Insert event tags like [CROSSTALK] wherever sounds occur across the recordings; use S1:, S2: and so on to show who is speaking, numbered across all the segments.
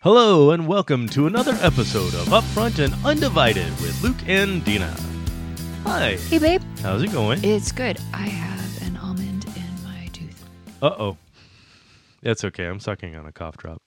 S1: Hello, and welcome to another episode of Upfront and Undivided with Luke and Dina. Hi,
S2: Hey, babe.
S1: how's it going?
S2: It's good. I have an almond in my tooth.
S1: Uh oh. That's okay. I'm sucking on a cough drop.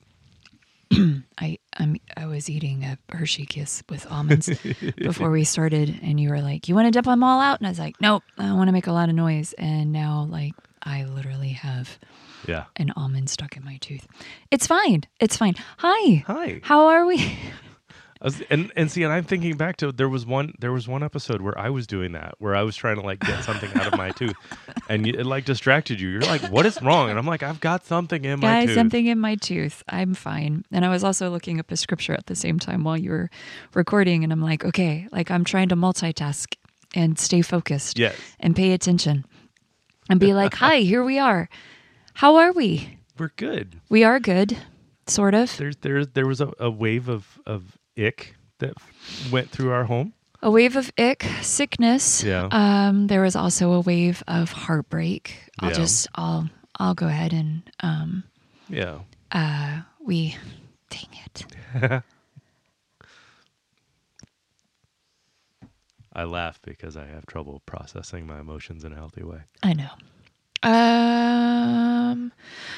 S2: I I'm, I was eating a Hershey kiss with [LAUGHS] almonds before we started, and you were like, "You want to dump them all out?" And I was like, "Nope, I want to make a lot of noise." And now, like, I literally have
S1: Yeah.
S2: an almond stuck in my tooth. It's fine. It's fine. Hi.
S1: Hi.
S2: How are we?
S1: I was, and and see, and I'm thinking back to there was one there was one episode where I was doing that where I was trying to like get something out of my
S2: [LAUGHS]
S1: tooth, and you, it like distracted you. You're like, "What is wrong?" And I'm like, "I've got something in my
S2: Guys,
S1: tooth."
S2: something in my tooth. I'm fine. And I was also looking up a scripture at the same time while you were recording, and I'm like, okay, like I'm trying to multitask and stay focused.
S1: Yes,
S2: and pay attention and be
S1: [LAUGHS]
S2: like, hi, here we are. How are we?
S1: we're good.
S2: We are good, sort of.
S1: There's there there was a, a wave of of ick that went through our home.
S2: A wave of ick, sickness.
S1: Yeah.
S2: Um, there was also a wave of heartbreak. I'll
S1: Yeah.
S2: just, I'll, I'll go ahead and um,
S1: Yeah.
S2: uh, we, dang it.
S1: I laugh because I have trouble processing my emotions in a healthy way.
S2: I know. Um,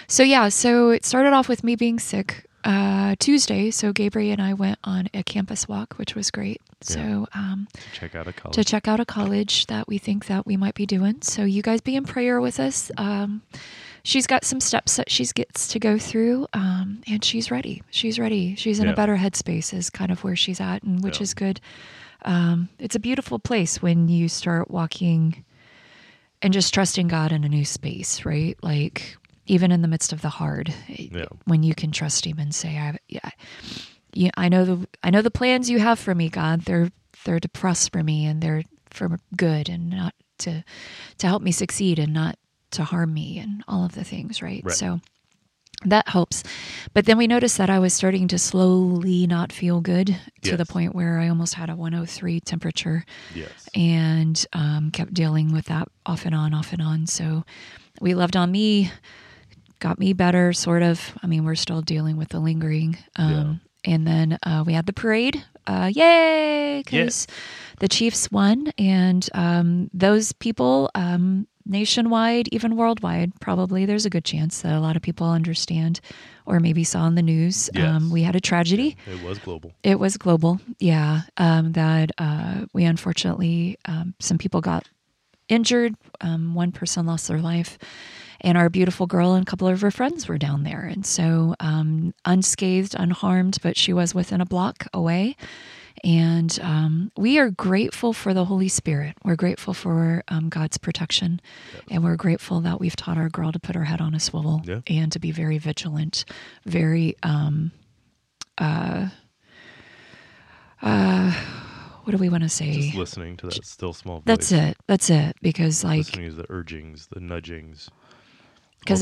S2: so yeah, so it started off with me being sick uh, Tuesday. So Gabriel and I went on a campus walk, which was great. So um,
S1: Check out a college.
S2: to check out a college that we think that we might be doing. So you guys be in prayer with us. Um, she's got some steps that she gets to go through, um, and she's ready. She's ready. She's in
S1: Yeah.
S2: a better headspace, is kind of where she's at, and which
S1: Yeah.
S2: is good. Um, it's a beautiful place when you start walking and just trusting God in a new space, right? Like even in the midst of the hard, it-
S1: Yeah.
S2: when you can trust Him and say, "I, yeah, yeah, I know the I know the plans you have for me, God. They're they're to prosper me and they're for good and not to to help me succeed and not to harm me and all of the things, right?
S1: Right.
S2: So that helps. But then we noticed that I was starting to slowly not feel good to the
S1: Yes.
S2: point where I almost had a 103 temperature
S1: yes.
S2: and um, kept dealing with that off and on, off and on. So we loved on me, got me better, sort of. I mean, we're still dealing with the lingering. Um, And then uh, we had the parade. Uh, yay! Because the Chiefs won, and um, those people. Um, Nationwide, even worldwide, probably there's a good chance that a lot of people understand or maybe saw in the news.
S1: Yes.
S2: Um, we had a tragedy.
S1: It was global.
S2: It was global, yeah. Um, that uh, we unfortunately, um, some people got injured. Um, one person lost their life, and our beautiful girl and a couple of her friends were down there. And so, um, unscathed, unharmed, but she was within a block away. And um, we are grateful for the Holy Spirit. We're grateful for um, God's protection. And we're grateful that we've taught our girl to put her head on a swivel
S1: Yeah.
S2: and to be very vigilant, very um, what do we want to say?
S1: Just listening to that still small voice.
S2: That's it. That's it. Because like,
S1: Listening to the urgings, the nudgings.
S2: because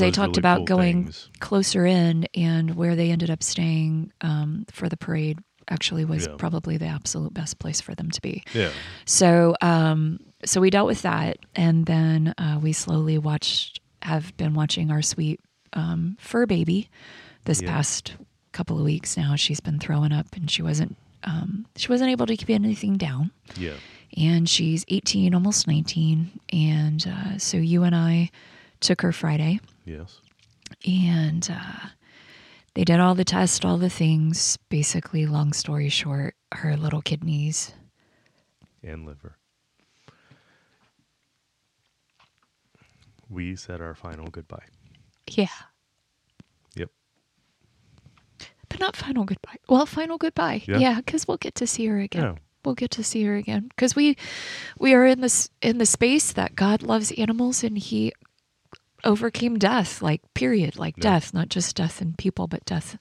S1: all
S2: they
S1: "Oh, those
S2: talked
S1: really
S2: about
S1: cool
S2: going
S1: things.
S2: closer in, and where they ended up staying um, for the parade actually was
S1: Yeah.
S2: probably the absolute best place for them to be.
S1: Yeah.
S2: So, um, so we dealt with that, and then uh, we slowly watched, have been watching our sweet um, fur baby this
S1: Yeah.
S2: past couple of weeks now. She's been throwing up, and she wasn't, um, she wasn't able to keep anything down.
S1: Yeah.
S2: and she's 18, almost 19. And uh, so you and I took her Friday,
S1: Yes.
S2: and uh, they did all the tests, all the things. Basically, long story short, her little kidneys.
S1: And liver. We said our final goodbye.
S2: Yeah,
S1: Yep.
S2: but not final goodbye. Well, final goodbye.
S1: Yeah.
S2: Yeah, because we'll get to see her again.
S1: Yeah.
S2: We'll get to see her again because we we are in this in the space that God loves animals and He overcame death like period like
S1: Yeah.
S2: death not just death in people but death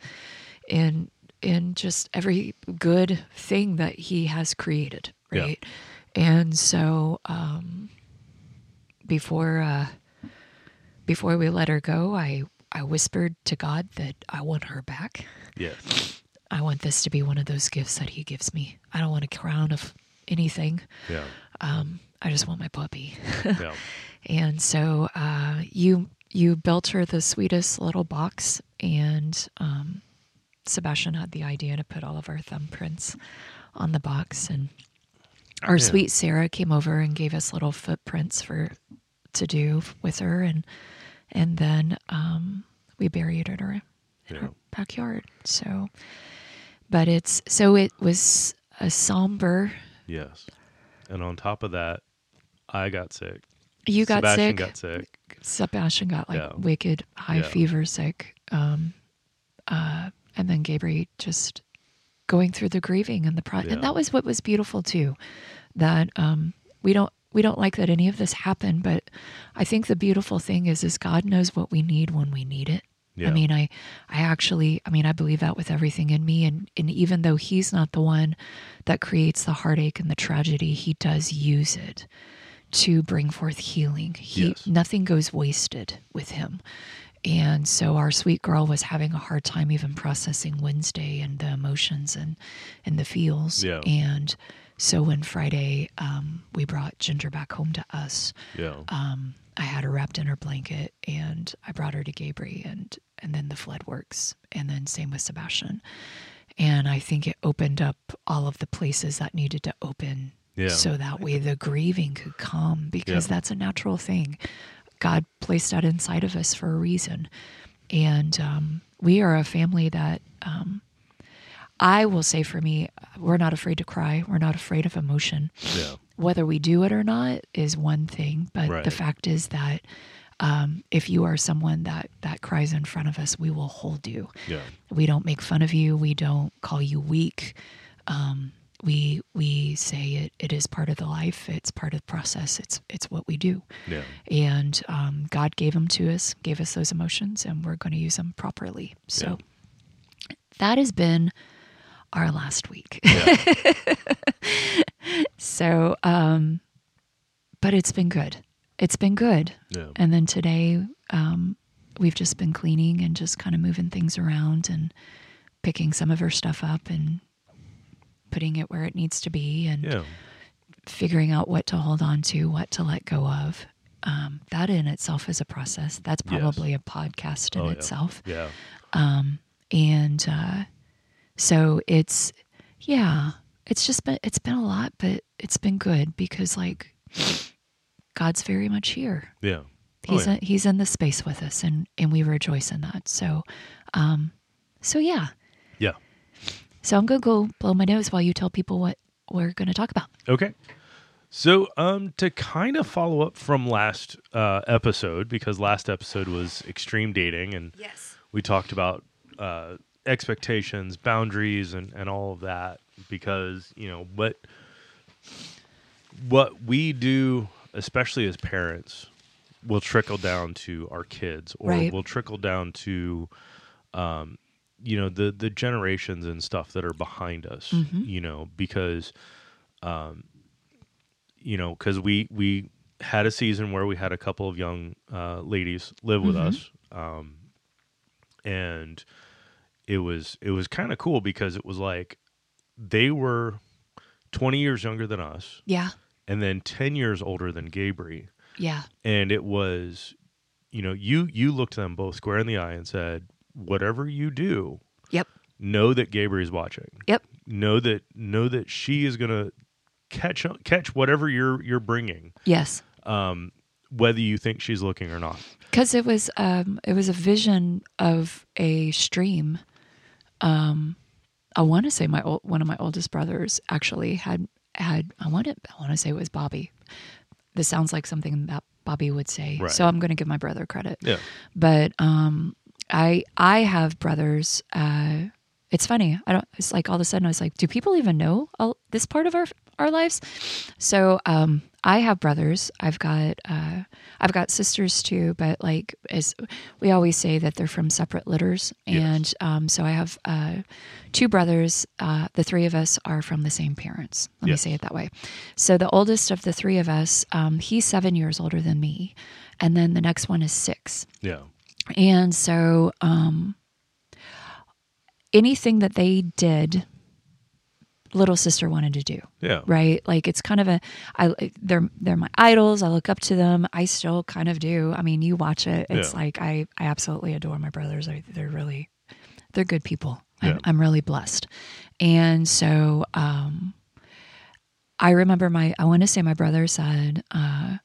S2: in in just every good thing that he has created
S1: Yeah.
S2: right and so um before uh before we let her go i i whispered to god that i want her back
S1: Yes.
S2: i want this to be one of those gifts that he gives me i don't want a crown of anything [LAUGHS]
S1: Yeah.
S2: um i just want my puppy
S1: Yeah.
S2: and so uh, you you built her the sweetest little box, and um, Sebastian had the idea to put all of our thumbprints on the box, and our sweet Sarah came over and gave us little footprints for to do with her, and and then um, we buried it in her in
S1: Yeah.
S2: our backyard. So, but it's so it was a somber.
S1: Yes. And on top of that, I got sick.
S2: You got
S1: Sebastian
S2: sick.
S1: got sick.
S2: Sebastian got like
S1: Yeah.
S2: wicked high
S1: Yeah.
S2: fever sick. Um, uh, and then Gabriel just going through the grieving and the pro-
S1: Yeah.
S2: and that was what was beautiful too, that, um, we don't, we don't like that any of this happened, but I think the beautiful thing is, is God knows what we need when we need it.
S1: Yeah.
S2: I mean, I, I actually, I mean, I believe that with everything in me. And, and even though he's not the one that creates the heartache and the tragedy, he does use it to bring forth healing. He,
S1: Yes.
S2: Nothing goes wasted with him. And so our sweet girl was having a hard time even processing Wednesday and the emotions and, and the feels.
S1: Yeah.
S2: And so when Friday, um, we brought Ginger back home to us,
S1: Yeah.
S2: um, I had her wrapped in her blanket and I brought her to Gabri and and then the flood works and then same with Sebastian. And I think it opened up all of the places that needed to open
S1: Yeah.
S2: so that way the grieving could come because
S1: Yeah.
S2: that's a natural thing. God placed that inside of us for a reason. And um, we are a family that um, I will say for me, we're not afraid to cry. We're not afraid of emotion
S1: yeah.
S2: whether we do it or not is one thing, but
S1: Right.
S2: the fact is that um, if you are someone that that cries in front of us, we will hold you.
S1: Yeah.
S2: We don't make fun of you. We don't call you weak. Um, we we say it, it is part of the life. It's part of the process. It's it's what we do.
S1: Yeah.
S2: And um, God gave them to us, gave us those emotions, and we're going to use them properly. So that has been our last week. so, um, but it's been good. It's been good.
S1: Yeah.
S2: And then today, um, we've just been cleaning and just kind of moving things around and picking some of her stuff up and putting it where it needs to be and
S1: Yeah.
S2: figuring out what to hold on to, what to let go of. Um, that in itself is a process. That's
S1: Yes.
S2: probably a podcast in
S1: Oh, yeah.
S2: itself.
S1: Yeah.
S2: And uh, so it's, yeah, it's just been, it's been a lot, but it's been good because like God's very much here.
S1: Yeah. Oh,
S2: He's,
S1: yeah.
S2: in, he's in the space with us and, and we rejoice in that. So, um, so yeah.
S1: yeah.
S2: So I'm going to go blow my nose while you tell people what we're going to talk about.
S1: Okay. So, um, to kind of follow up from last uh, episode, because last episode was extreme dating, and
S2: Yes.
S1: we talked about uh, expectations, boundaries, and, and all of that because you know what what we do, especially as parents, will trickle down to our kids, or
S2: Right.
S1: will trickle down to um, you know the the generations and stuff that are behind us. You know because um, you know because we we had a season where we had a couple of young uh, ladies live with us and it was it was kind of cool because it was like they were 20 years younger than us
S2: Yeah.
S1: and then 10 years older than Gabri
S2: Yeah.
S1: and it was you know you you looked them both square in the eye and said whatever you do
S2: Yep.
S1: know that Gabri is watching
S2: Yep.
S1: know that know that she is going to catch catch whatever you're you're bringing
S2: Yes.
S1: whether you think she's looking or not
S2: because it was um, it was a vision of a stream. Um, I want to say my old, one of my oldest brothers actually had had I want to I want to say it was Bobby. This sounds like something that Bobby would say,
S1: Right.
S2: so I'm going to give my brother credit.
S1: yeah
S2: But um, I I have brothers. Uh, it's funny. I don't. It's like all of a sudden I was like, do people even know all, this part of our our lives? So um, I have brothers. I've got uh, I've got sisters too. But like as we always say that they're from separate litters,
S1: Yes.
S2: and um, so I have uh, two brothers. Uh, the three of us are from the same parents. Let
S1: Yes.
S2: me say it that way. So the oldest of the three of us, um, he's seven years older than me, and then the next one is six.
S1: yeah
S2: And so um, anything that they did, little sister wanted to do.
S1: yeah
S2: Right, like it's kind of a, I they're they're my idols. I look up to them. I still kind of do. I mean, you watch it. It's
S1: Yeah.
S2: like I I absolutely adore my brothers. I, they're really, they're good people.
S1: Yeah.
S2: I'm, I'm really blessed. And so um, I remember my, I want to say my brother said, uh,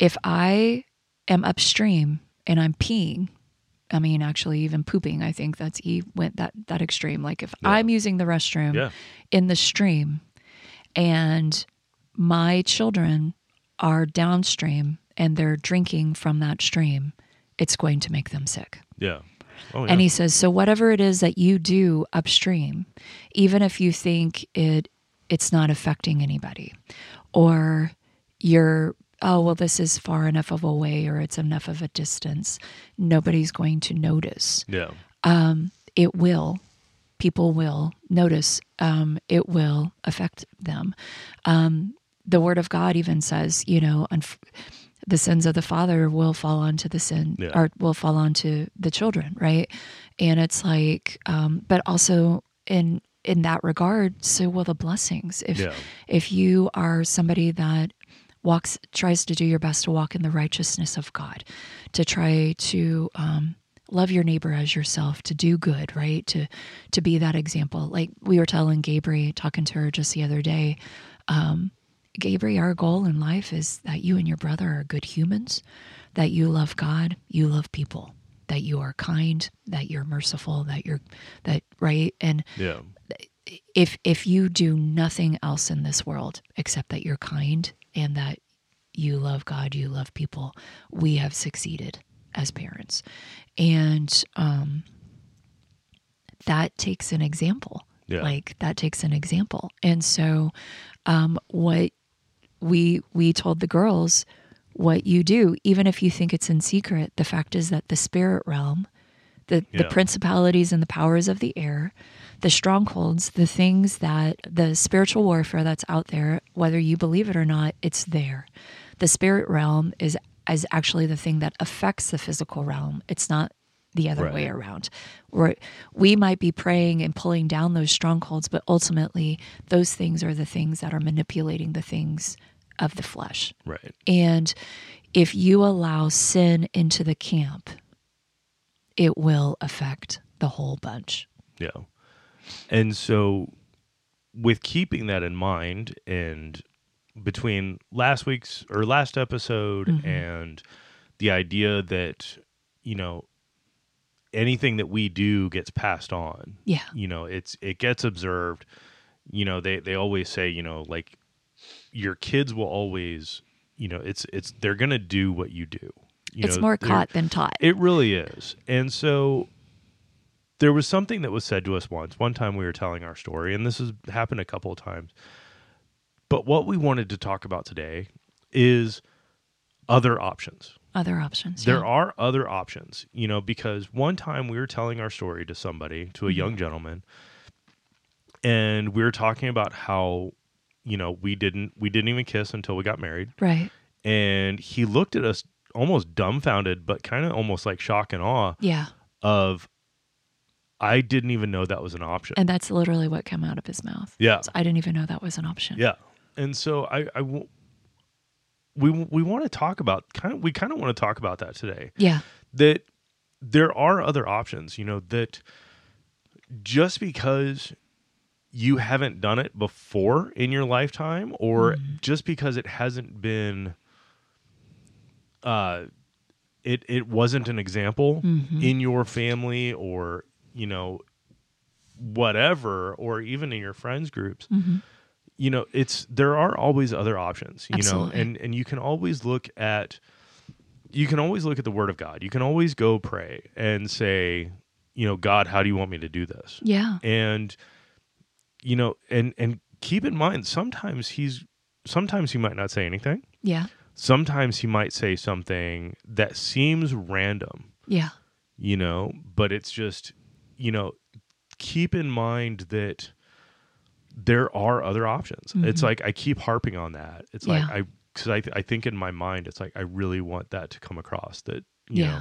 S2: if I am upstream and I'm peeing, I mean, actually, even pooping, I think that's he went that that extreme. Like if I'm using the restroom
S1: Yeah.
S2: in the stream, and my children are downstream and they're drinking from that stream, it's going to make them sick.
S1: Yeah. Oh yeah.
S2: And he says, so whatever it is that you do upstream, even if you think it it's not affecting anybody, or you're oh well this is far enough of a way or it's enough of a distance, nobody's going to notice.
S1: yeah.
S2: It will, people will notice. Um, it will affect them. Um, the Word of God even says, you know, unf- the sins of the father will fall onto the sin
S1: Yeah.
S2: or will fall onto the children right and it's like um but also in in that regard so will the blessings if
S1: Yeah.
S2: if you are somebody that walks tries to do your best to walk in the righteousness of god to try to um love your neighbor as yourself to do good right to to be that example like we were telling gabri talking to her just the other day Gabriel, our goal in life is that you and your brother are good humans, that you love God, you love people, that you are kind, that you're merciful, that you're that right and
S1: Yeah.
S2: if if you do nothing else in this world except that you're kind and that you love God, you love people, we have succeeded as parents. And um that takes an example.
S1: Yeah.
S2: Like that takes an example. And so um what we we told the girls what you do, even if you think it's in secret, the fact is that the spirit realm the, the
S1: Yeah.
S2: principalities and the powers of the air, the strongholds, the things that the spiritual warfare that's out there, whether you believe it or not, it's there. The spirit realm is is actually the thing that affects the physical realm. It's not the other
S1: Right.
S2: way around. Where we might be praying and pulling down those strongholds, but ultimately those things are the things that are manipulating the things of the flesh.
S1: Right.
S2: And if you allow sin into the camp, it will affect the whole bunch.
S1: Yeah. And so, with keeping that in mind, and between last week's or last episode
S2: Mm-hmm.
S1: and the idea that, you know, anything that we do gets passed on,
S2: Yeah.
S1: you know, it's, it gets observed. You know, they, they always say, you know, like your kids will always, you know, it's, it's, they're going to do what you do. You
S2: it's
S1: know,
S2: more
S1: they're-
S2: caught than taught.
S1: it really is. And so there was something that was said to us once. One time we were telling our story, and this has happened a couple of times. But what we wanted to talk about today is other options.
S2: Other options.
S1: There
S2: yeah.
S1: are other options, you know, because one time we were telling our story to somebody, to a young gentleman, and we were talking about how, you know, we didn't we didn't even kiss until we got married
S2: Right.
S1: and he looked at us almost dumbfounded but kind of almost like shock and awe
S2: Yeah.
S1: of I didn't even know that was an option.
S2: And that's literally what came out of his mouth.
S1: Yeah.
S2: So I didn't even know that was an option.
S1: yeah. And so I, I w- we we want to talk about kind of we kind of want to talk about that today.
S2: Yeah.
S1: That there are other options, you know, that just because you haven't done it before in your lifetime or just because it hasn't been uh it it wasn't an example in your family or you know whatever or even in your friends groups you know it's there are always other options you
S2: Absolutely.
S1: know and and you can always look at you can always look at the word of god you can always go pray and say you know god how do you want me to do this
S2: Yeah.
S1: and you know and and keep in mind sometimes he's sometimes he might not say anything
S2: Yeah.
S1: sometimes he might say something that seems random
S2: Yeah.
S1: you know but it's just you know keep in mind that there are other options it's like i keep harping on that it's like
S2: Mm-hmm. Yeah.
S1: i because I, I think in my mind it's like i really want that to come across that you
S2: Yeah.
S1: know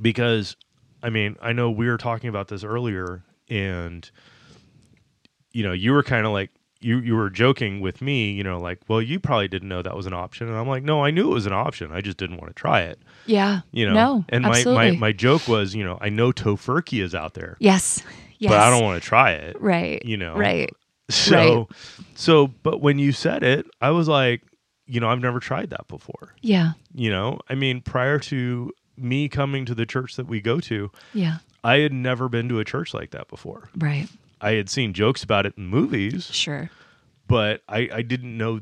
S1: because i mean i know we were talking about this earlier and you know you were kind of like you you were joking with me, you know, like, well, you probably didn't know that was an option, and I'm like, no, I knew it was an option. I just didn't want to try it,
S2: Yeah.
S1: you know.
S2: No.
S1: and my,
S2: absolutely.
S1: my my joke was, you know, I know tofurkey is out there,
S2: yes. Yes.
S1: but I don't want to try it,
S2: Right.
S1: you know.
S2: Right.
S1: [LAUGHS] So, so, but when you said it, I was like, you know, I've never tried that before.
S2: Yeah.
S1: You know, I mean, prior to me coming to the church that we go to,
S2: Yeah.
S1: I had never been to a church like that before.
S2: Right.
S1: I had seen jokes about it in movies,
S2: Sure.
S1: but I, I didn't know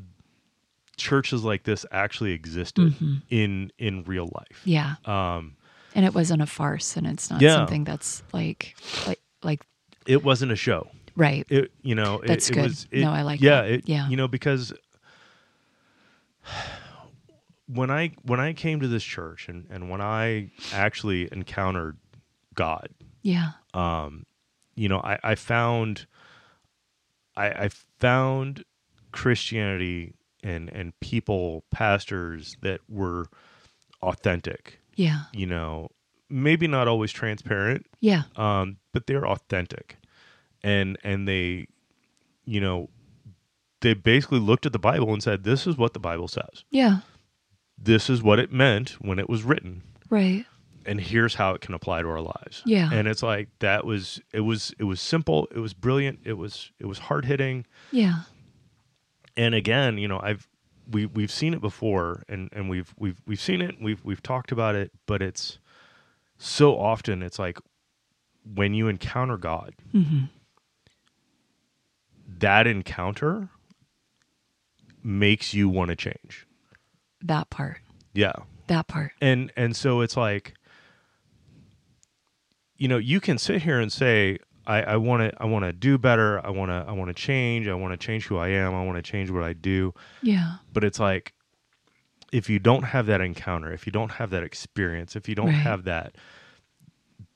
S1: churches like this actually existed
S2: Mm-hmm.
S1: in in real life.
S2: Yeah.
S1: Um,
S2: And it wasn't a farce, and it's not
S1: Yeah.
S2: something that's like, like, like,
S1: it wasn't a show.
S2: right.
S1: It you know it-
S2: That's
S1: it,
S2: good.
S1: was it,
S2: No, I like
S1: yeah
S2: that.
S1: It,
S2: Yeah.
S1: you know because when I when I came to this church and and when I actually encountered God
S2: yeah.
S1: you know I I found I I found Christianity and and people pastors that were authentic
S2: Yeah.
S1: you know maybe not always transparent
S2: Yeah.
S1: um, but they're authentic, and and they, you know, they basically looked at the Bible and said, "This is what the Bible says.
S2: Yeah.
S1: This is what it meant when it was written,
S2: Right.
S1: and here's how it can apply to our lives."
S2: Yeah.
S1: and it's like that was it was it was simple, it was brilliant, it was it was hard hitting,
S2: Yeah.
S1: and again, you know, I've we we've seen it before, and and we've we've we've seen it, we've we've talked about it, but it's so often it's like when you encounter God,
S2: hmm
S1: that encounter makes you want to change.
S2: That part.
S1: Yeah.
S2: That part.
S1: And and so it's like you know, you can sit here and say I I want to I want to do better. I want to I want to change. I want to change who I am. I want to change what I do.
S2: Yeah.
S1: But it's like if you don't have that encounter, if you don't have that experience, if you don't
S2: Right.
S1: have that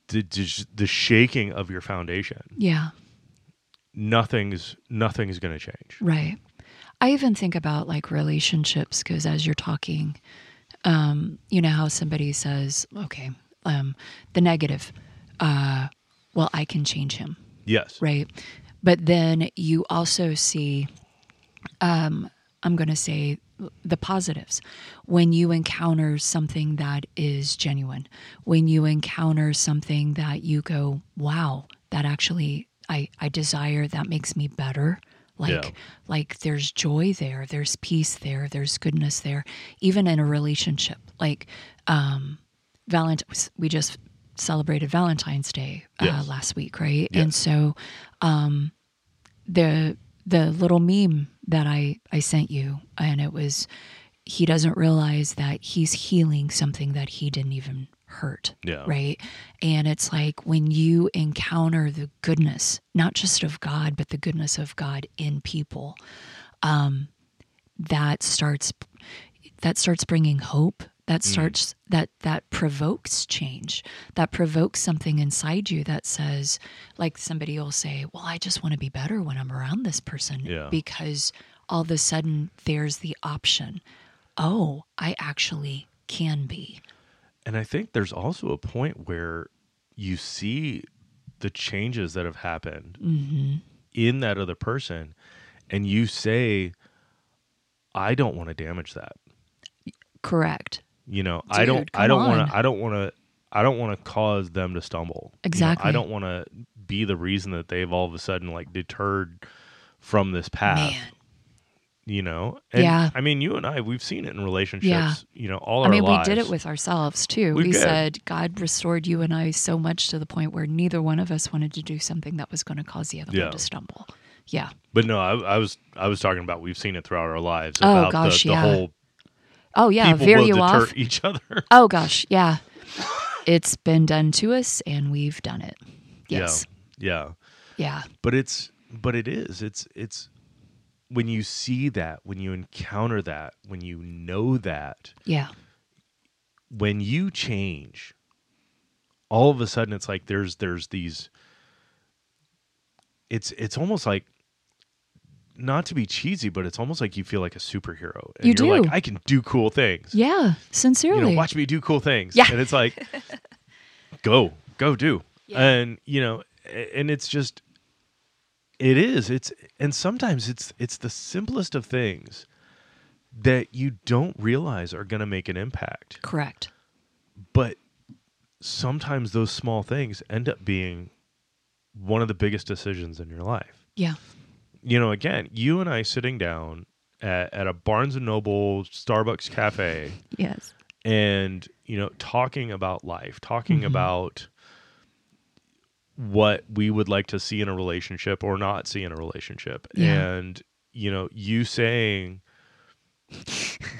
S1: the, the the shaking of your foundation,
S2: Yeah.
S1: nothing's nothing's going to change.
S2: Right. I even think about like relationships because as you're talking, um, you know how somebody says, okay, um, the negative, uh, well, I can change him.
S1: Yes.
S2: Right. But then you also see, um, I'm going to say the positives. When you encounter something that is genuine, when you encounter something that you go, wow, that actually I, I desire, that makes me better. Like,
S1: Yeah.
S2: like there's joy there, there's peace there, there's goodness there, even in a relationship. Like, Valentine's, we just celebrated Valentine's Day uh,
S1: Yes.
S2: last week, right?
S1: Yes.
S2: And so, um, the the little meme that I I sent you, and it was he doesn't realize that he's healing something that he didn't even hurt,
S1: Yeah.
S2: right? And it's like when you encounter the goodness, not just of God, but the goodness of God in people, that starts that starts bringing hope
S1: Mm.
S2: that starts that that provokes change that provokes something inside you that says like somebody will say well i just want to be better when i'm around this person
S1: Yeah.
S2: because all of a sudden there's the option oh i actually can be
S1: And I think there's also a point where you see the changes that have happened
S2: Mm. Mm-hmm.
S1: in that other person, and you say, I don't want to damage that.
S2: correct
S1: You know, I
S2: Dude,
S1: don't, I
S2: come
S1: don't want
S2: on.
S1: to, I don't want to, I don't want to cause them to stumble. You know,
S2: Exactly.
S1: I don't want to be the reason that they've all of a sudden like deterred from this path.
S2: man
S1: You know, and
S2: Yeah.
S1: I mean, you and I, we've seen it in relationships.
S2: Yeah.
S1: You know, all
S2: I
S1: our
S2: mean,
S1: lives.
S2: we did it with ourselves too.
S1: We
S2: We,
S1: did.
S2: said God restored you and I so much to the point where neither one of us wanted to do something that was going to cause the other
S1: Yeah.
S2: one to stumble. Yeah,
S1: But no, I, I was I was talking about we've seen it throughout our lives
S2: Oh,
S1: about
S2: gosh,
S1: the, the
S2: yeah.
S1: whole
S2: Oh yeah,
S1: people
S2: veer
S1: will
S2: you
S1: deter
S2: off.
S1: [LAUGHS] each other.
S2: Oh gosh, yeah. it's been done to us and we've done it. Yes.
S1: Yeah. Yeah.
S2: Yeah.
S1: But it's but it is. It's it's when you see that, when you encounter that, when you know that,
S2: Yeah.
S1: when you change, all of a sudden it's like there's there's these it's it's almost like not to be cheesy, but it's almost like you feel like a superhero. And
S2: You
S1: are
S2: do.
S1: like, I can do cool things.
S2: Yeah. Sincerely.
S1: you know, watch me do cool things.
S2: Yeah.
S1: And it's like,
S2: [LAUGHS]
S1: go, go do.
S2: Yeah.
S1: And, you know, a- and it's just, It is. It's and sometimes it's it's the simplest of things that you don't realize are going to make an impact.
S2: Correct.
S1: But sometimes those small things end up being one of the biggest decisions in your life.
S2: Yeah.
S1: You know, again, you and I sitting down at, at a Barnes and Noble Starbucks cafe
S2: Yes.
S1: and you know talking about life talking
S2: Mhm.
S1: about what we would like to see in a relationship or not see in a relationship
S2: Yeah.
S1: and you know you saying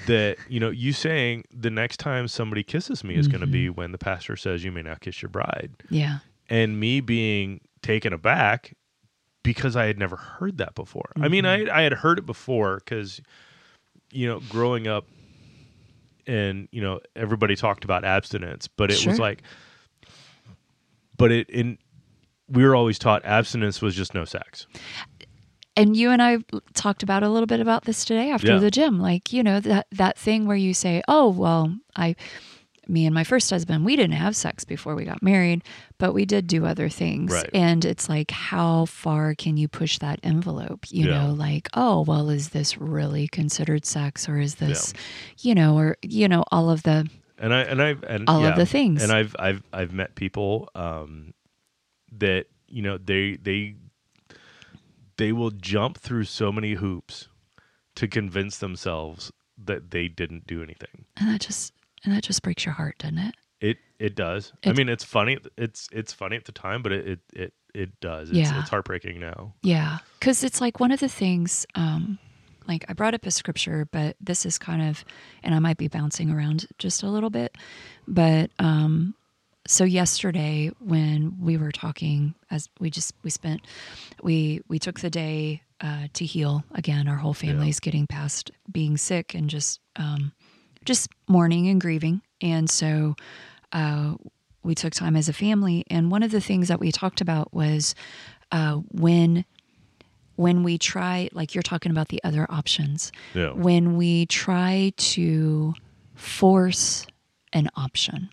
S1: that you know you saying the next time somebody kisses me is going to be when the pastor says you may not kiss your bride
S2: Yeah.
S1: and me being taken aback because I had never heard that before. I mean, I I had heard it before because you know, growing up, and you know, everybody talked about abstinence, but it
S2: Sure.
S1: was like, but it in we were always taught abstinence was just no sex.
S2: and you and I talked about a little bit about this today after
S1: Yeah.
S2: the gym. Like, you know, that that thing where you say, "Oh, well, I me and my first husband, we didn't have sex before we got married, but we did do other things."
S1: Right.
S2: And it's like, how far can you push that envelope? You
S1: Yeah.
S2: know, like, "Oh, well, is this really considered sex or is this, you know, or you know, all of the
S1: and I and I've and
S2: All of
S1: yeah.
S2: the things.
S1: And I've I've I've met people um, that you know they they they will jump through so many hoops to convince themselves that they didn't do anything.
S2: and that just and that just breaks your heart, doesn't it?
S1: It it does. I
S2: It's-
S1: mean, it's funny. It's it's funny at the time, but it it it, it does. It's,
S2: Yeah.
S1: it's heartbreaking now.
S2: Yeah, because it's like one of the things. Um, like I brought up a scripture, but this is kind of, and I might be bouncing around just a little bit, but um, so yesterday when we were talking, as we just we spent, we we took the day uh, to heal again. Our whole family's getting past being sick and just um, just mourning and grieving, and so uh, we took time as a family. And one of the things that we talked about was uh, when when we try like you're talking about the other options
S1: Yeah.
S2: when we try to force an option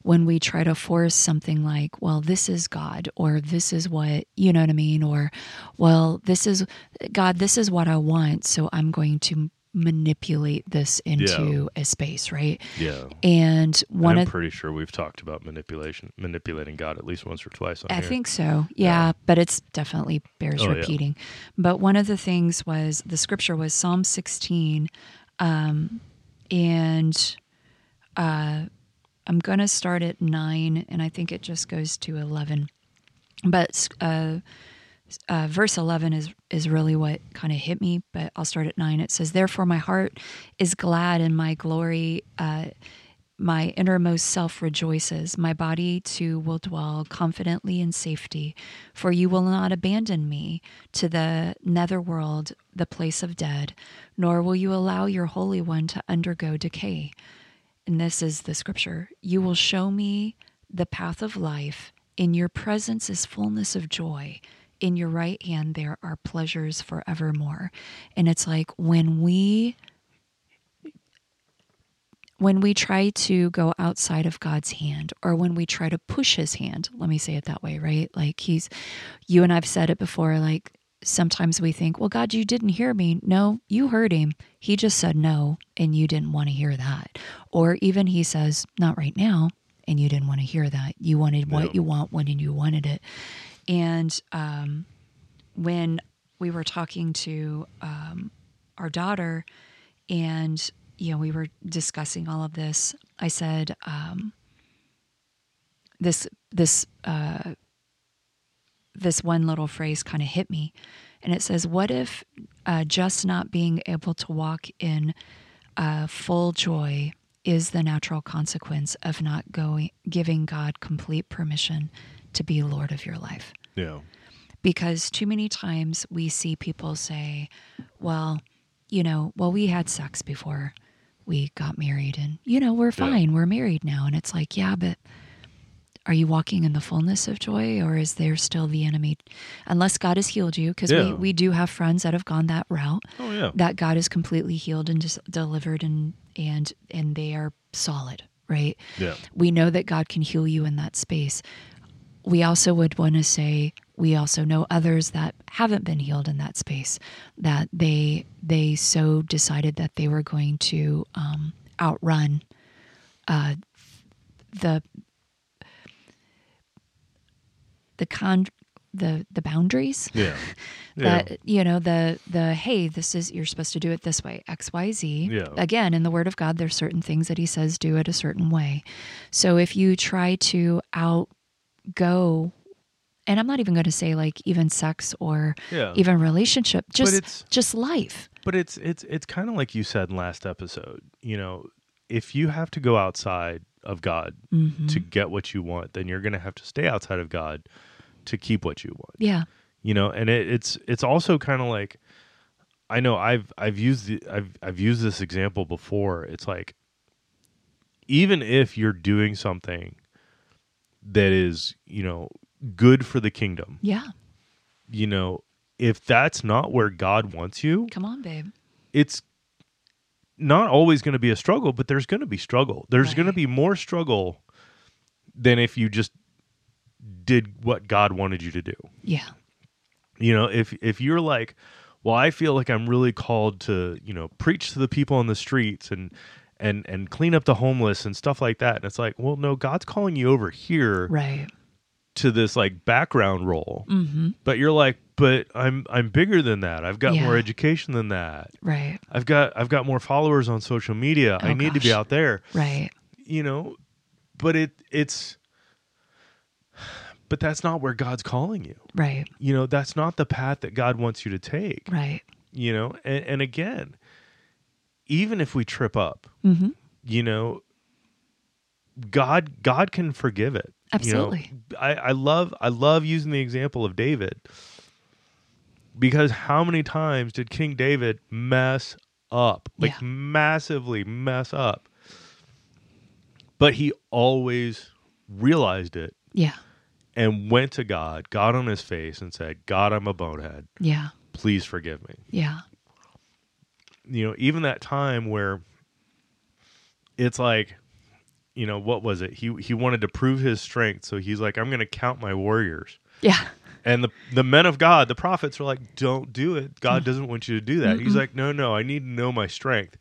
S2: when we try to force something like well this is god or this is what you know what i mean or well this is god this is what i want so i'm going to manipulate this into a space right
S1: Yeah.
S2: and one
S1: And
S2: of
S1: I'm pretty sure we've talked about manipulation, manipulating God at least once or twice on
S2: I
S1: here.
S2: think so. Yeah, but it's definitely bears
S1: Oh, yeah.
S2: repeating. But one of the things was the scripture was Psalm 16, um, and uh, I'm going to start at nine, and I think it just goes to 11. But uh, uh, verse 11 is is really what kind of hit me. But I'll start at nine. It says, "Therefore, my heart is glad, and my glory." Uh, my innermost self rejoices. My body too will dwell confidently in safety, for you will not abandon me to the netherworld, the place of dead, nor will you allow your Holy One to undergo decay. And this is the scripture You will show me the path of life. In your presence is fullness of joy. In your right hand, there are pleasures forevermore. And it's like when we when we try to go outside of God's hand or when we try to push his hand, let me say it that way, right? Like he's, you and I've said it before, like sometimes we think, well, God, you didn't hear me. No, you heard him. He just said no, and you didn't want to hear that. Or even he says, not right now, and you didn't want to hear that. You wanted what
S1: Yeah.
S2: you want when you wanted it. And um, when we were talking to um, our daughter, and you know we were discussing all of this i said um, this this uh, this one little phrase kind of hit me and it says what if uh, just not being able to walk in uh, full joy is the natural consequence of not going giving god complete permission to be lord of your life
S1: Yeah.
S2: because too many times we see people say, well, you know, well, we had sex before we got married and, you know, we're fine. We're married now. And it's like, yeah, but are you walking in the fullness of joy or is there still the enemy? Unless God has healed you, because
S1: Yeah.
S2: we, we do have friends that have gone that route
S1: Oh yeah.
S2: that God is completely healed and dis- delivered and, and, and they are solid, right?
S1: yeah.
S2: we know that God can heal you in that space. We also would want to say, we also know others that haven't been healed in that space that they they so decided that they were going to um, outrun uh, the the con the the boundaries
S1: Yeah.
S2: [LAUGHS] that you know the the hey this is you're supposed to do it this way x y z
S1: Yeah.
S2: again in the word of god there's certain things that he says do it a certain way so if you try to outgo and i'm not even going to say like even sex or
S1: Yeah.
S2: even relationship
S1: it's-
S2: just just life
S1: But it's it's it's kind of like you said in last episode. You know, if you have to go outside of God to get what you want, then you're going to have to stay outside of God to keep what you want.
S2: yeah
S1: You know, and it, it's it's also kind of like I know I've I've used the, I've I've used this example before. It's like even if you're doing something that is, you know, good for the kingdom,
S2: yeah
S1: you know, if that's not where God wants you,
S2: come on babe
S1: it's not always going to be a struggle, but there's going to be struggle. There's going to be
S2: Right.
S1: more struggle than if you just did what God wanted you to do.
S2: yeah
S1: You know, if if you're like, well, I feel like I'm really called to, you know, preach to the people on the streets and and and clean up the homeless and stuff like that. And it's like, well, no, God's calling you over here
S2: right
S1: to this like background role.
S2: mm-hmm
S1: But you're like, but I'm I'm bigger than that. I've got
S2: Yeah.
S1: more education than that.
S2: right
S1: I've got I've got more followers on social media. I
S2: Oh,
S1: need to be
S2: gosh.
S1: out there,
S2: right
S1: you know. But it it's [SIGHS] but that's not where God's calling you.
S2: right
S1: You know, that's not the path that God wants you to take,
S2: right
S1: you know. And and again, even if we trip up,
S2: mm-hmm
S1: you know, God God can forgive it. you know.
S2: Absolutely.
S1: I I love I love using the example of David because how many times did King David mess up? Like
S2: Yeah.
S1: massively mess up. But he always realized it
S2: yeah
S1: and went to God, got on his face and said, "God, I'm a bonehead.
S2: yeah
S1: Please forgive me."
S2: yeah
S1: you know, even that time where it's like, you know, what was it? He he wanted to prove his strength, so he's like, I'm going to count my warriors.
S2: yeah
S1: And the the men of God, the prophets, were like, Don't do it. God doesn't want you to do that. He's like, No, no, I need to know my strength.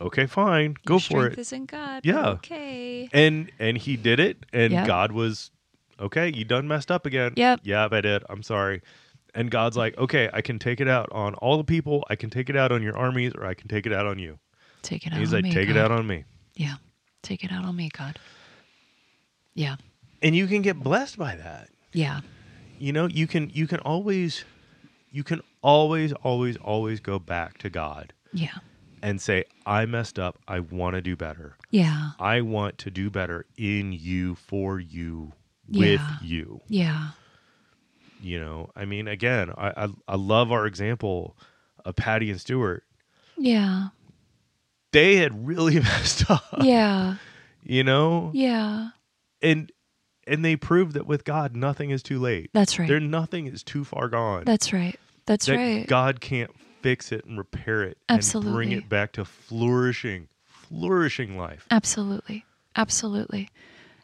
S1: Okay, fine, go
S2: Your
S1: for
S2: strength
S1: it.
S2: is in God. but
S1: Yeah.
S2: Okay.
S1: and and he did it, and
S2: Yeah.
S1: God was, okay, you done messed up again.
S2: Yep.
S1: Yep, I did. I'm sorry. And God's like, okay, I can take it out on all the people. I can take it out on your armies, or I can take it out on you.
S2: Take it out
S1: And he's
S2: on
S1: like,
S2: me.
S1: take
S2: Oh God.
S1: it out on me.
S2: Yeah. Take it out on me, God. Yeah.
S1: and you can get blessed by that
S2: Yeah.
S1: you know you can you can always you can always always always go back to god
S2: Yeah.
S1: and say i messed up i want to do better
S2: Yeah.
S1: i want to do better in you for you
S2: Yeah.
S1: with you
S2: Yeah.
S1: you know i mean again I, I i love our example of patty and stewart [LAUGHS]
S2: Yeah.
S1: they had really [LAUGHS] messed up
S2: Yeah.
S1: you know
S2: Yeah.
S1: and and they proved that with god nothing is too late
S2: That's right.
S1: there nothing is too far gone
S2: That's right. That's
S1: that
S2: right.
S1: God can't fix it and repair it and bring
S2: Absolutely.
S1: it back to flourishing, flourishing life.
S2: Absolutely. Absolutely.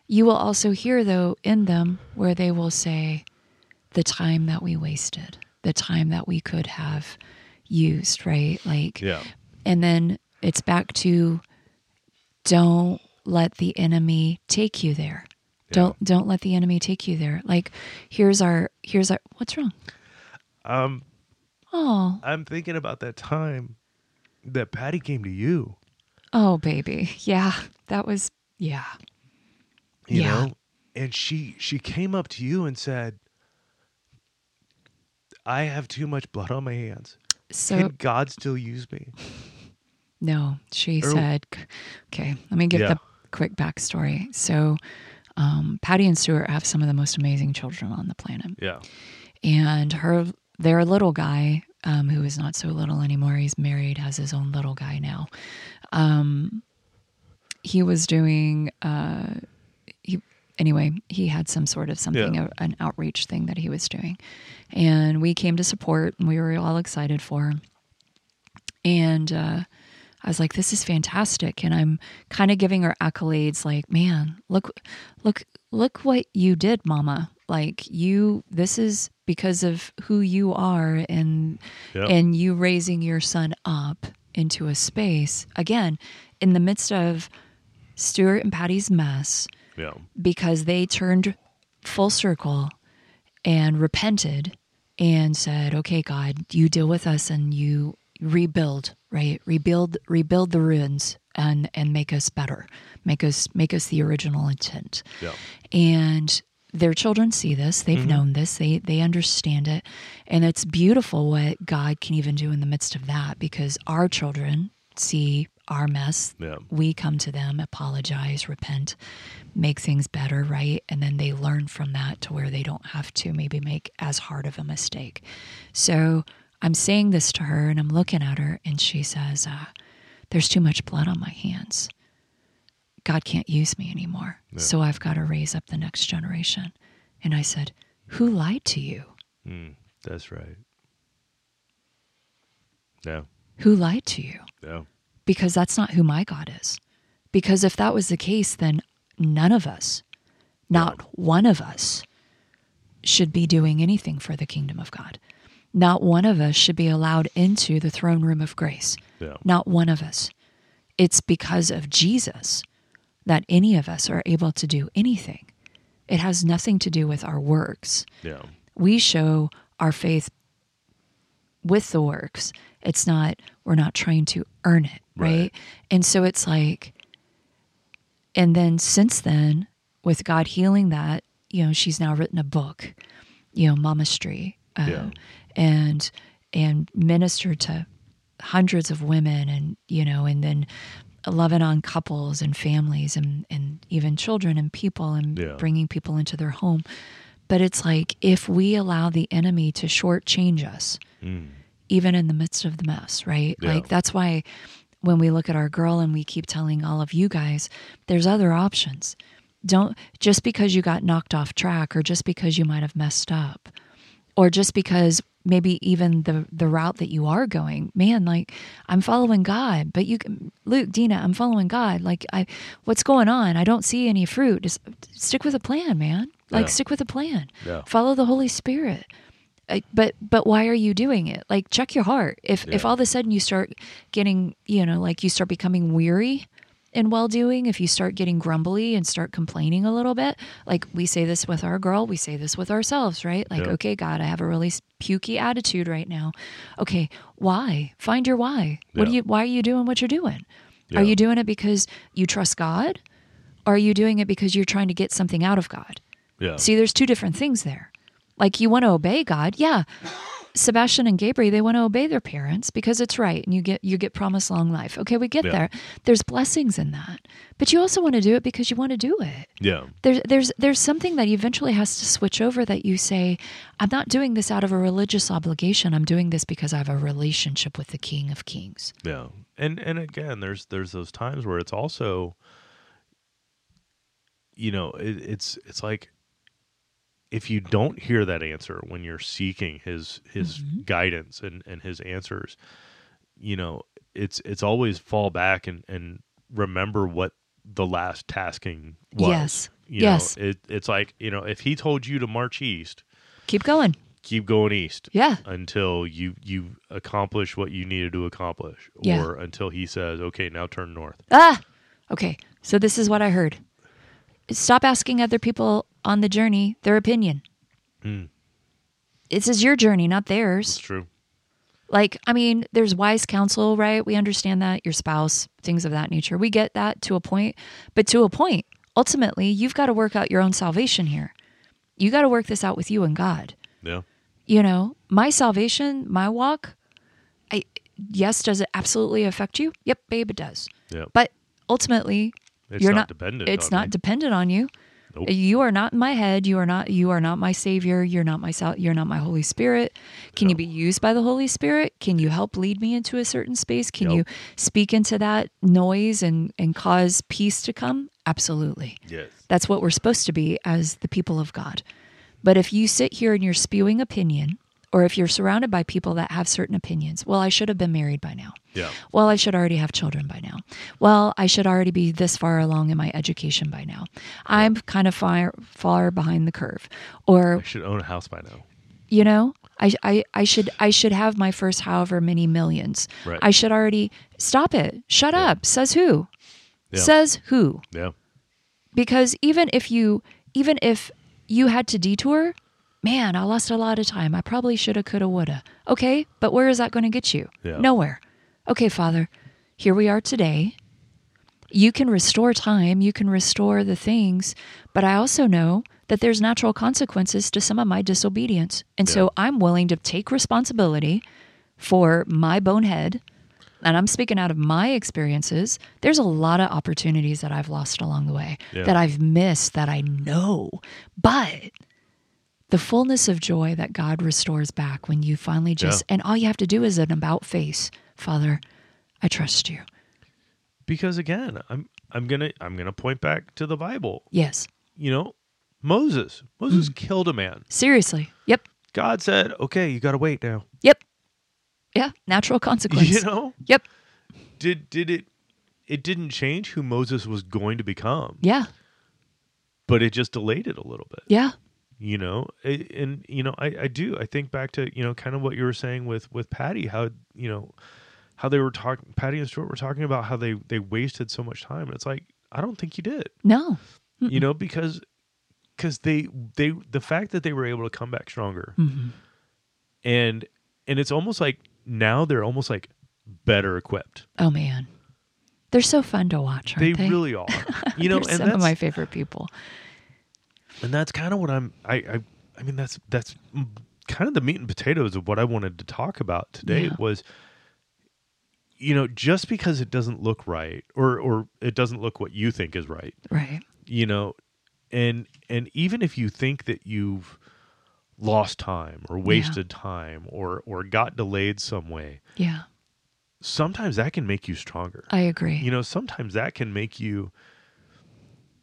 S2: You will also hear, though, in them where they will say, the time that we wasted, the time that we could have used, right? Like,
S1: Yeah.
S2: And then it's back to don't let the enemy take you there. Don't don't let the enemy take you there. Like here's our here's our what's wrong?
S1: Um,
S2: Oh,
S1: I'm thinking about that time that Patty came to you.
S2: oh baby. Yeah. That was yeah.
S1: You
S2: Yeah.
S1: know? And she she came up to you and said, I have too much blood on my hands.
S2: So
S1: Can God still use me?
S2: No, she
S1: Oh.
S2: said, okay, let me give
S1: Yeah.
S2: the quick backstory. So, um, Patty and Stuart have some of the most amazing children on the planet.
S1: Yeah.
S2: And her, their little guy, um, who is not so little anymore, he's married, has his own little guy now. Um, he was doing, uh, he, anyway, he had some sort of something,
S1: Yeah.
S2: a, an outreach thing that he was doing. And we came to support and we were all excited for him and uh, I was like, "This is fantastic!" And I'm kind of giving her accolades, like, "Man, look, look, look what you did, Mama! like you this is because of who you are and
S1: Yep.
S2: and you raising your son up into a space again in the midst of Stuart and Patty's mess
S1: Yeah.
S2: because they turned full circle and repented and said, "Okay, God, you deal with us and you rebuild, right? Rebuild, rebuild the ruins and and make us better, make us make us the original intent."
S1: Yeah.
S2: and their children see this they've known this they they understand it and it's beautiful what god can even do in the midst of that because our children see our mess
S1: Yeah.
S2: we come to them apologize repent make things better right and then they learn from that to where they don't have to maybe make as hard of a mistake so i'm saying this to her and i'm looking at her and she says uh, there's too much blood on my hands God can't use me anymore. So I've got to raise up the next generation. And I said, Who lied to you?
S1: Mm, that's right. Yeah.
S2: Who lied to you?
S1: Yeah.
S2: Because that's not who my God is. Because if that was the case, then none of us, not one of us, should be doing anything for the kingdom of God. Not one of us should be allowed into the throne room of grace.
S1: Yeah.
S2: Not one of us. It's because of Jesus that any of us are able to do anything. It has nothing to do with our works.
S1: Yeah.
S2: We show our faith with the works. It's not, we're not trying to earn it, right?
S1: Right.
S2: And so it's like, and then since then, with God healing that, you know, she's now written a book, you know, Mamastry, uh,
S1: Yeah.
S2: and and ministered to hundreds of women, and you know, and then loving on couples and families, and and even children and people, and
S1: Yeah.
S2: bringing people into their home. But it's like if we allow the enemy to shortchange us, even in the midst of the mess, right?
S1: Hmm. Yeah.
S2: Like that's why when we look at our girl and we keep telling all of you guys, there's other options. Don't just because you got knocked off track or just because you might have messed up or just because maybe even the the route that you are going man like i'm following god but you can- luke dina i'm following god like i what's going on i don't see any fruit just stick with a plan man like
S1: Yeah.
S2: stick with a plan
S1: Yeah.
S2: follow the holy spirit I- but but why are you doing it like check your heart if if
S1: Yeah.
S2: all of a sudden you start getting you know like you start becoming weary in well doing if you start getting grumbly and start complaining a little bit like we say this with our girl we say this with ourselves right like
S1: Yeah.
S2: okay god i have a really pukey attitude right now okay why find your why what do
S1: Yeah.
S2: you why are you doing what you're doing
S1: Yeah.
S2: are you doing it because you trust god or are you doing it because you're trying to get something out of god
S1: Yeah.
S2: See, there's two different things there. Like you want to obey God, yeah. Sebastian and Gabriel, they want to obey their parents because it's right, and you get you get promised long life. Okay, we get
S1: Yeah.
S2: there. There's blessings in that, but you also want to do it because you want to do it.
S1: yeah.
S2: There's there's there's something that eventually has to switch over that you say, I'm not doing this out of a religious obligation. I'm doing this because I have a relationship with the King of Kings.
S1: Yeah. And and again, there's there's those times where it's also you know, it, it's it's like if you don't hear that answer when you're seeking his his
S2: Mm-hmm.
S1: guidance and and his answers, you know, it's it's always fall back and and remember what the last tasking was.
S2: Yes.
S1: You know,
S2: Yes.
S1: it, it's like, you know, if he told you to march east,
S2: Keep going.
S1: keep going east
S2: Yeah.
S1: until you you accomplish what you needed to accomplish
S2: Yeah.
S1: or until he says okay now turn north
S2: Ah, okay. So this is what I heard. Stop asking other people on the journey their opinion. This is your journey, not
S1: it's
S2: theirs.
S1: true
S2: Like, I mean, there's wise counsel, right? We understand that, your spouse, things of that nature. We get that to a point, but to a point, ultimately, you've got to work out your own salvation here. You got to work this out with you and God
S1: yeah
S2: you know, my salvation, my walk, I yes, does it absolutely affect you? Yep, babe, it does.
S1: Yep.
S2: But ultimately,
S1: It's
S2: you're
S1: not
S2: not,
S1: dependent
S2: It's
S1: on
S2: not
S1: me.
S2: dependent on you.
S1: Nope.
S2: You are not in my head. You are not. You are not my savior. You're not my. sal- You're not my Holy Spirit. Can you be used by the Holy Spirit? Can you help lead me into a certain space? Can
S1: Yep.
S2: you speak into that noise and and cause peace to come? Absolutely.
S1: yes
S2: That's what we're supposed to be as the people of God. But if you sit here and you're spewing opinion or if you're surrounded by people that have certain opinions, well, I should have been married by now.
S1: Yeah.
S2: Well, I should already have children by now. Well, I should already be this far along in my education by now. I'm kind of far, far behind the curve. Or,
S1: I should own a house by now.
S2: you know, I, I, I should I should have my first however many millions.
S1: Right.
S2: I should already stop it. Shut up. Says who?
S1: Yeah.
S2: Says who?
S1: Yeah.
S2: because even if you even if you had to detour man i lost a lot of time i probably shoulda coulda woulda okay but where is that going to get you
S1: Yeah.
S2: nowhere okay father here we are today you can restore time you can restore the things but i also know that there's natural consequences to some of my disobedience and so i'm willing to take responsibility for my bonehead and I'm speaking out of my experiences, there's a lot of opportunities that I've lost along the way,
S1: Yeah.
S2: that I've missed, that I know. But the fullness of joy that God restores back when you finally just, and all you have to do is an about face Father, I trust you.
S1: Because again, I'm I'm gonna I'm gonna point back to the Bible.
S2: Yes.
S1: You know, Moses. Moses
S2: Mm.
S1: killed a man.
S2: Seriously. Yep.
S1: God said, "Okay, you got to wait now."
S2: Yep. Yeah. Natural [LAUGHS] consequence.
S1: [LAUGHS] You know,
S2: Yep.
S1: did did it? It didn't change who Moses was going to become,
S2: Yeah.
S1: but it just delayed it a little bit.
S2: Yeah.
S1: you know It- and you know I, I do i think back to you know kind of what you were saying with with patty how you know how they were talking patty and stuart were talking about how they they wasted so much time and it's like i don't think you did
S2: No.
S1: you know because because they they the fact that they were able to come back stronger
S2: Mhm.
S1: and and it's almost like now they're almost like better equipped
S2: Oh, man. They're so fun to watch, aren't
S1: they,
S2: they?
S1: really
S2: [LAUGHS]
S1: are you know
S2: They're
S1: and
S2: some of
S1: that's,
S2: my favorite people.
S1: and that's kind of what i'm I, I i mean that's that's kind of the meat and potatoes of what i wanted to talk about today
S2: Yeah.
S1: was you know just because it doesn't look right or or it doesn't look what you think is right
S2: Right.
S1: you know and and even if you think that you've lost time or wasted time or or got delayed some way
S2: Yeah.
S1: sometimes that can make you stronger
S2: I agree.
S1: you know sometimes that can make you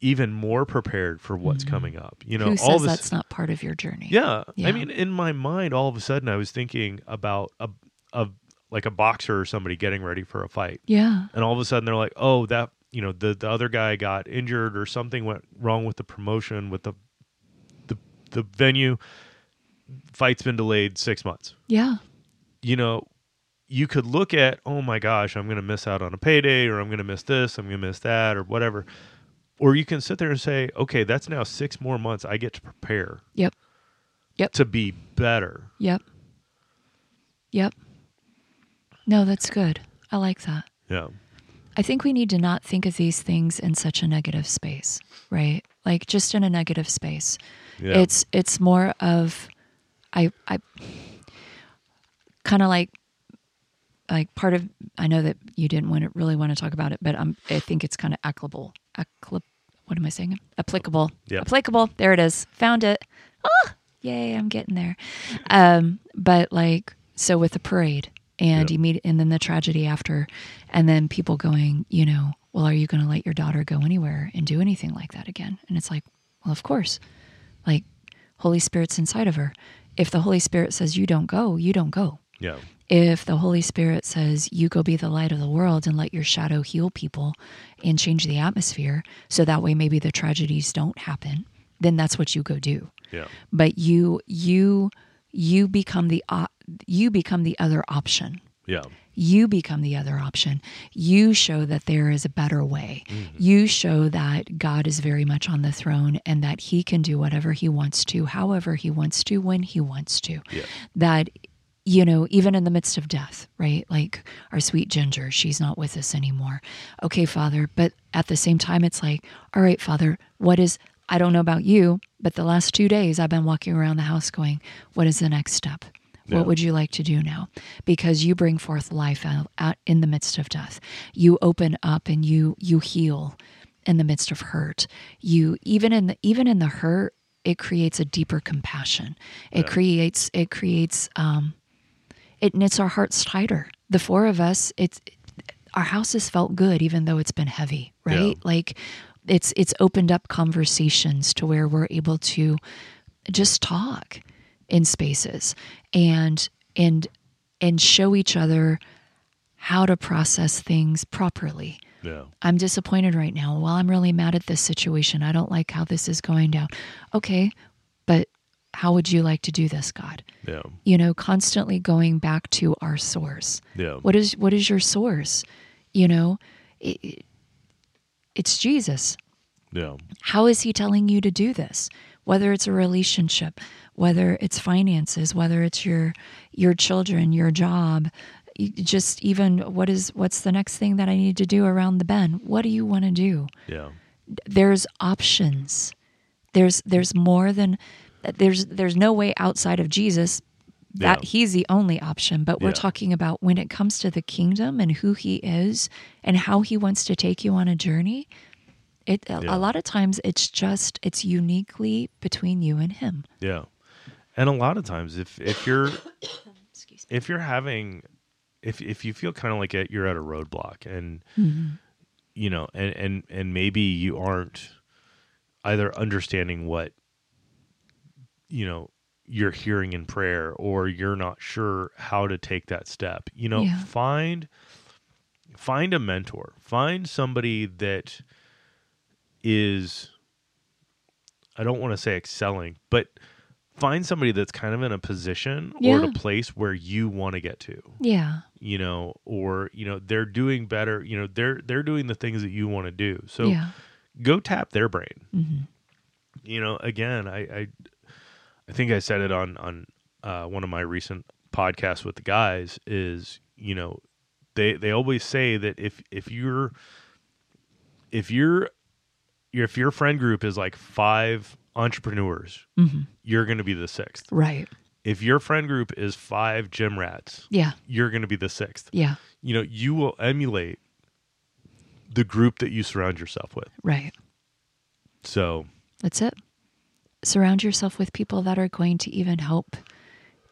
S1: even more prepared for what's coming up you know
S2: Mm-hmm. Who
S1: all
S2: says
S1: this
S2: that's not part of your journey?
S1: Yeah.
S2: Yeah.
S1: I mean, in my mind, all of a sudden, I was thinking about a, a like a boxer or somebody getting ready for a fight,
S2: Yeah.
S1: and all of a sudden they're like, "Oh, that you know the the other guy got injured or something went wrong with the promotion with the the the venue. Fight's been delayed six months.
S2: Yeah.
S1: You know." You could look at, oh my gosh, I'm going to miss out on a payday, or I'm going to miss this, I'm going to miss that, or whatever. Or you can sit there and say, okay, that's now six more months I get to prepare
S2: Yep.
S1: to be better.
S2: Yep. Yep. No, that's good. I like that.
S1: Yeah.
S2: I think we need to not think of these things in such a negative space, right? Like just in a negative space.
S1: Yeah.
S2: It's it's more of I I kind of like like part of I know that you didn't want to really want to talk about it, but i I think it's kind of applicable. Accli- what am I saying? Applicable.
S1: Yeah.
S2: Applicable. There it is. Found it. Ah, yay! I'm getting there. Um, but like so with the parade and
S1: Yeah.
S2: immediate and then the tragedy after, and then people going, you know, well, are you going to let your daughter go anywhere and do anything like that again? And it's like, well, of course. Like Holy Spirit's inside of her. If the Holy Spirit says you don't go, you don't go
S1: yeah.
S2: if the Holy Spirit says, You go be the light of the world and let your shadow heal people and change the atmosphere, so that way maybe the tragedies don't happen, then that's what you go do.
S1: Yeah.
S2: But you, you, you become the, op- you become the other option
S1: Yeah.
S2: you become the other option. You show that there is a better way. You show that God is very much on the throne and that he can do whatever he wants to, however he wants to, when he wants to.
S1: Yeah.
S2: That, you know, even in the midst of death, right? Like our sweet Ginger, she's not with us anymore. Okay, Father. But at the same time, it's like, all right, Father, what is, I don't know about you, but the last two days I've been walking around the house going, what is the next step?
S1: Yeah.
S2: What would you like to do now? Because you bring forth life out, out in the midst of death. You open up and you you heal in the midst of hurt. You even in the even in the hurt, it creates a deeper compassion. It creates it creates um, it knits our hearts tighter. The four of us, it's our house has felt good even though it's been heavy, right?
S1: Yeah.
S2: Like it's it's opened up conversations to where we're able to just talk in spaces and and and show each other how to process things properly.
S1: Yeah.
S2: I'm disappointed right now. Well, I'm really mad at this situation. I don't like how this is going down. Okay, but how would you like to do this, God?
S1: Yeah.
S2: You know, constantly going back to our source.
S1: Yeah.
S2: What is what is your source? You know, it, it- it's Jesus.
S1: Yeah.
S2: How is he telling you to do this? Whether it's a relationship, whether it's finances, whether it's your your children, your job, y- just even what is what's the next thing that I need to do around the bend? What do you want to do?
S1: Yeah.
S2: There's options. There's there's more than there's there's no way outside of Jesus that
S1: Yeah.
S2: he's the only option, but we're
S1: Yeah.
S2: talking about when it comes to the kingdom and who he is and how he wants to take you on a journey. It a,
S1: Yeah.
S2: a lot of times it's just it's uniquely between you and him.
S1: Yeah. And a lot of times if if you're
S2: [COUGHS] Excuse me.
S1: if you're having if if you feel kind of like at, you're at a roadblock and you know and and and maybe you aren't either understanding what you know you're hearing in prayer or you're not sure how to take that step you know
S2: Yeah.
S1: find find a mentor find somebody that is i don't want to say excelling but find somebody that's kind of in a position or
S2: Yeah.
S1: at a place where you want to get to
S2: Yeah.
S1: you know or you know they're doing better you know they're they're doing the things that you want to do so
S2: yeah.
S1: go tap their brain
S2: Mhm.
S1: you know again i i, I think i said it on on uh, one of my recent podcasts with the guys is you know they they always say that if if you're if you're if your friend group is like five entrepreneurs
S2: Mhm.
S1: you're going to be the sixth
S2: Right.
S1: if your friend group is five gym rats
S2: Yeah.
S1: you're going to be the sixth
S2: Yeah.
S1: you know you will emulate the group that you surround yourself with
S2: Right.
S1: so
S2: That's it. Surround yourself with people that are going to even help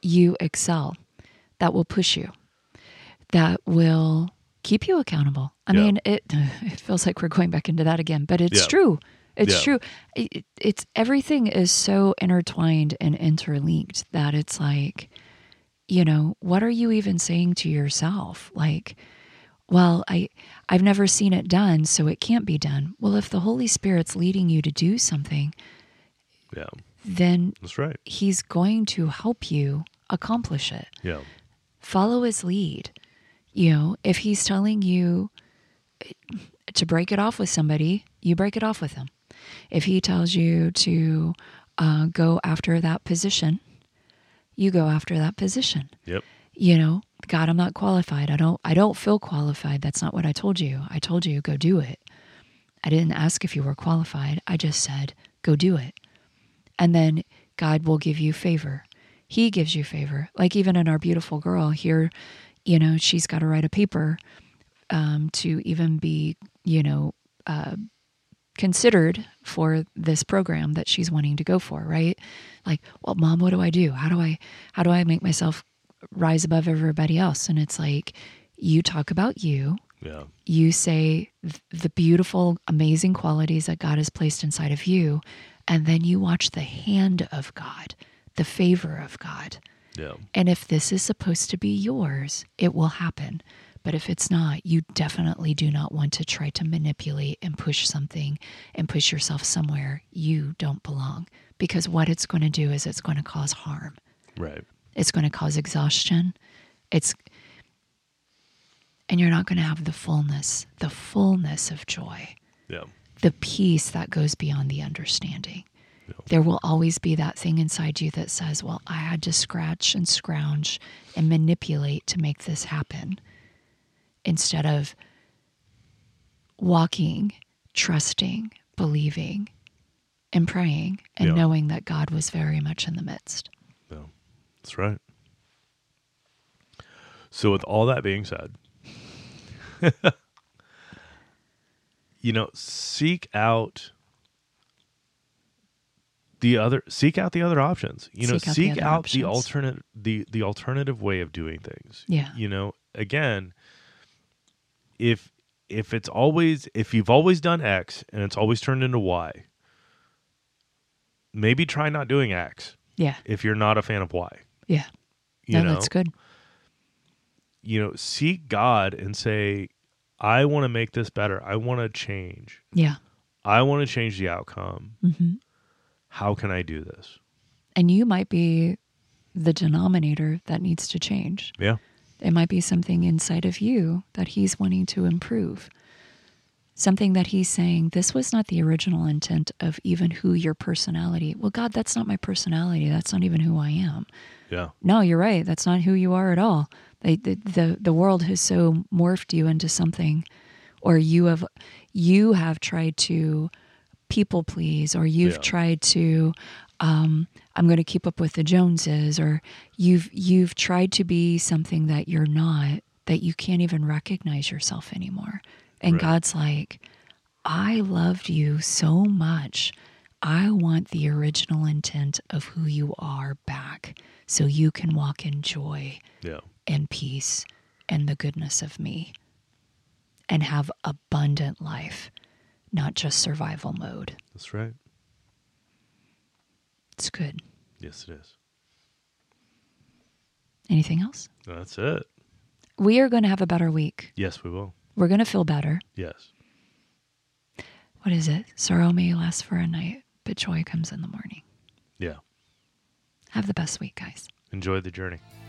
S2: you excel, that will push you, that will keep you accountable. I
S1: Yeah.
S2: mean, it [SIGHS] it feels like we're going back into that again, but it's
S1: Yeah.
S2: true. It's
S1: Yeah.
S2: true. It, it- it's everything is so intertwined and interlinked that it's like, you know, what are you even saying to yourself? Like, well i i've never seen it done so it can't be done well if the holy spirit's leading you to do something
S1: yeah
S2: then
S1: that's right
S2: he's going to help you accomplish it
S1: yeah
S2: follow his lead you know if he's telling you to break it off with somebody you break it off with him if he tells you to uh, go after that position you go after that position
S1: yep
S2: you know god i'm not qualified i don't i don't feel qualified that's not what i told you i told you go do it i didn't ask if you were qualified i just said go do it and then god will give you favor he gives you favor like even in our beautiful girl here you know she's got to write a paper um, to even be you know considered for this program that she's wanting to go for right like well mom what do i do how do i how do i make myself rise above everybody else and it's like you talk about you
S1: yeah
S2: you say th- the beautiful amazing qualities that god has placed inside of you and then you watch the hand of god the favor of god
S1: yeah
S2: and if this is supposed to be yours, it will happen. But if it's not, you definitely do not want to try to manipulate and push something and push yourself somewhere you don't belong. Because what it's going to do is it's going to cause harm,
S1: right
S2: it's going to cause exhaustion. It's, and you're not going to have the fullness, the fullness of joy
S1: yeah
S2: the peace that goes beyond the understanding.
S1: Yeah.
S2: There will always be that thing inside you that says, Well, I had to scratch and scrounge and manipulate to make this happen instead of walking, trusting, believing, and praying and
S1: Yeah.
S2: knowing that God was very much in the midst.
S1: yeah that's right so with all that being said [LAUGHS] you know seek out the other seek out the other options you know
S2: Seek out the
S1: seek
S2: other
S1: out
S2: options.
S1: the alternate the the alternative way of doing things
S2: Yeah.
S1: you know again if if it's always if you've always done x and it's always turned into y maybe try not doing x
S2: Yeah.
S1: if you're not a fan of why.
S2: Yeah.
S1: You
S2: no,
S1: know,
S2: Oh, that's good.
S1: you know, seek God and say, I want to make this better. I want to change.
S2: Yeah.
S1: I want to change the outcome.
S2: hmm
S1: How can I do this?
S2: And you might be the denominator that needs to change.
S1: Yeah.
S2: It might be something inside of you that he's wanting to improve. Something that he's saying, this was not the original intent of even who your personality. Well, God, that's not my personality. That's not even who I am.
S1: Yeah.
S2: No, you're right. That's not who you are at all. They, the, the the world has so morphed you into something, or you have you have tried to people please, or you've
S1: Yeah.
S2: tried to um, I'm going to keep up with the Joneses, or you've you've tried to be something that you're not, that you can't even recognize yourself anymore. And
S1: Right.
S2: God's like, I loved you so much. I want the original intent of who you are back so you can walk in joy
S1: Yeah.
S2: and peace and the goodness of me and have abundant life, not just survival mode.
S1: That's right.
S2: It's good.
S1: Yes, it is.
S2: Anything else?
S1: That's it.
S2: We are going to have a better week.
S1: Yes, we will.
S2: We're going to feel better.
S1: Yes.
S2: What is it? Sorrow may last for a night, but joy comes in the morning.
S1: Yeah.
S2: Have the best week, guys.
S1: Enjoy the journey.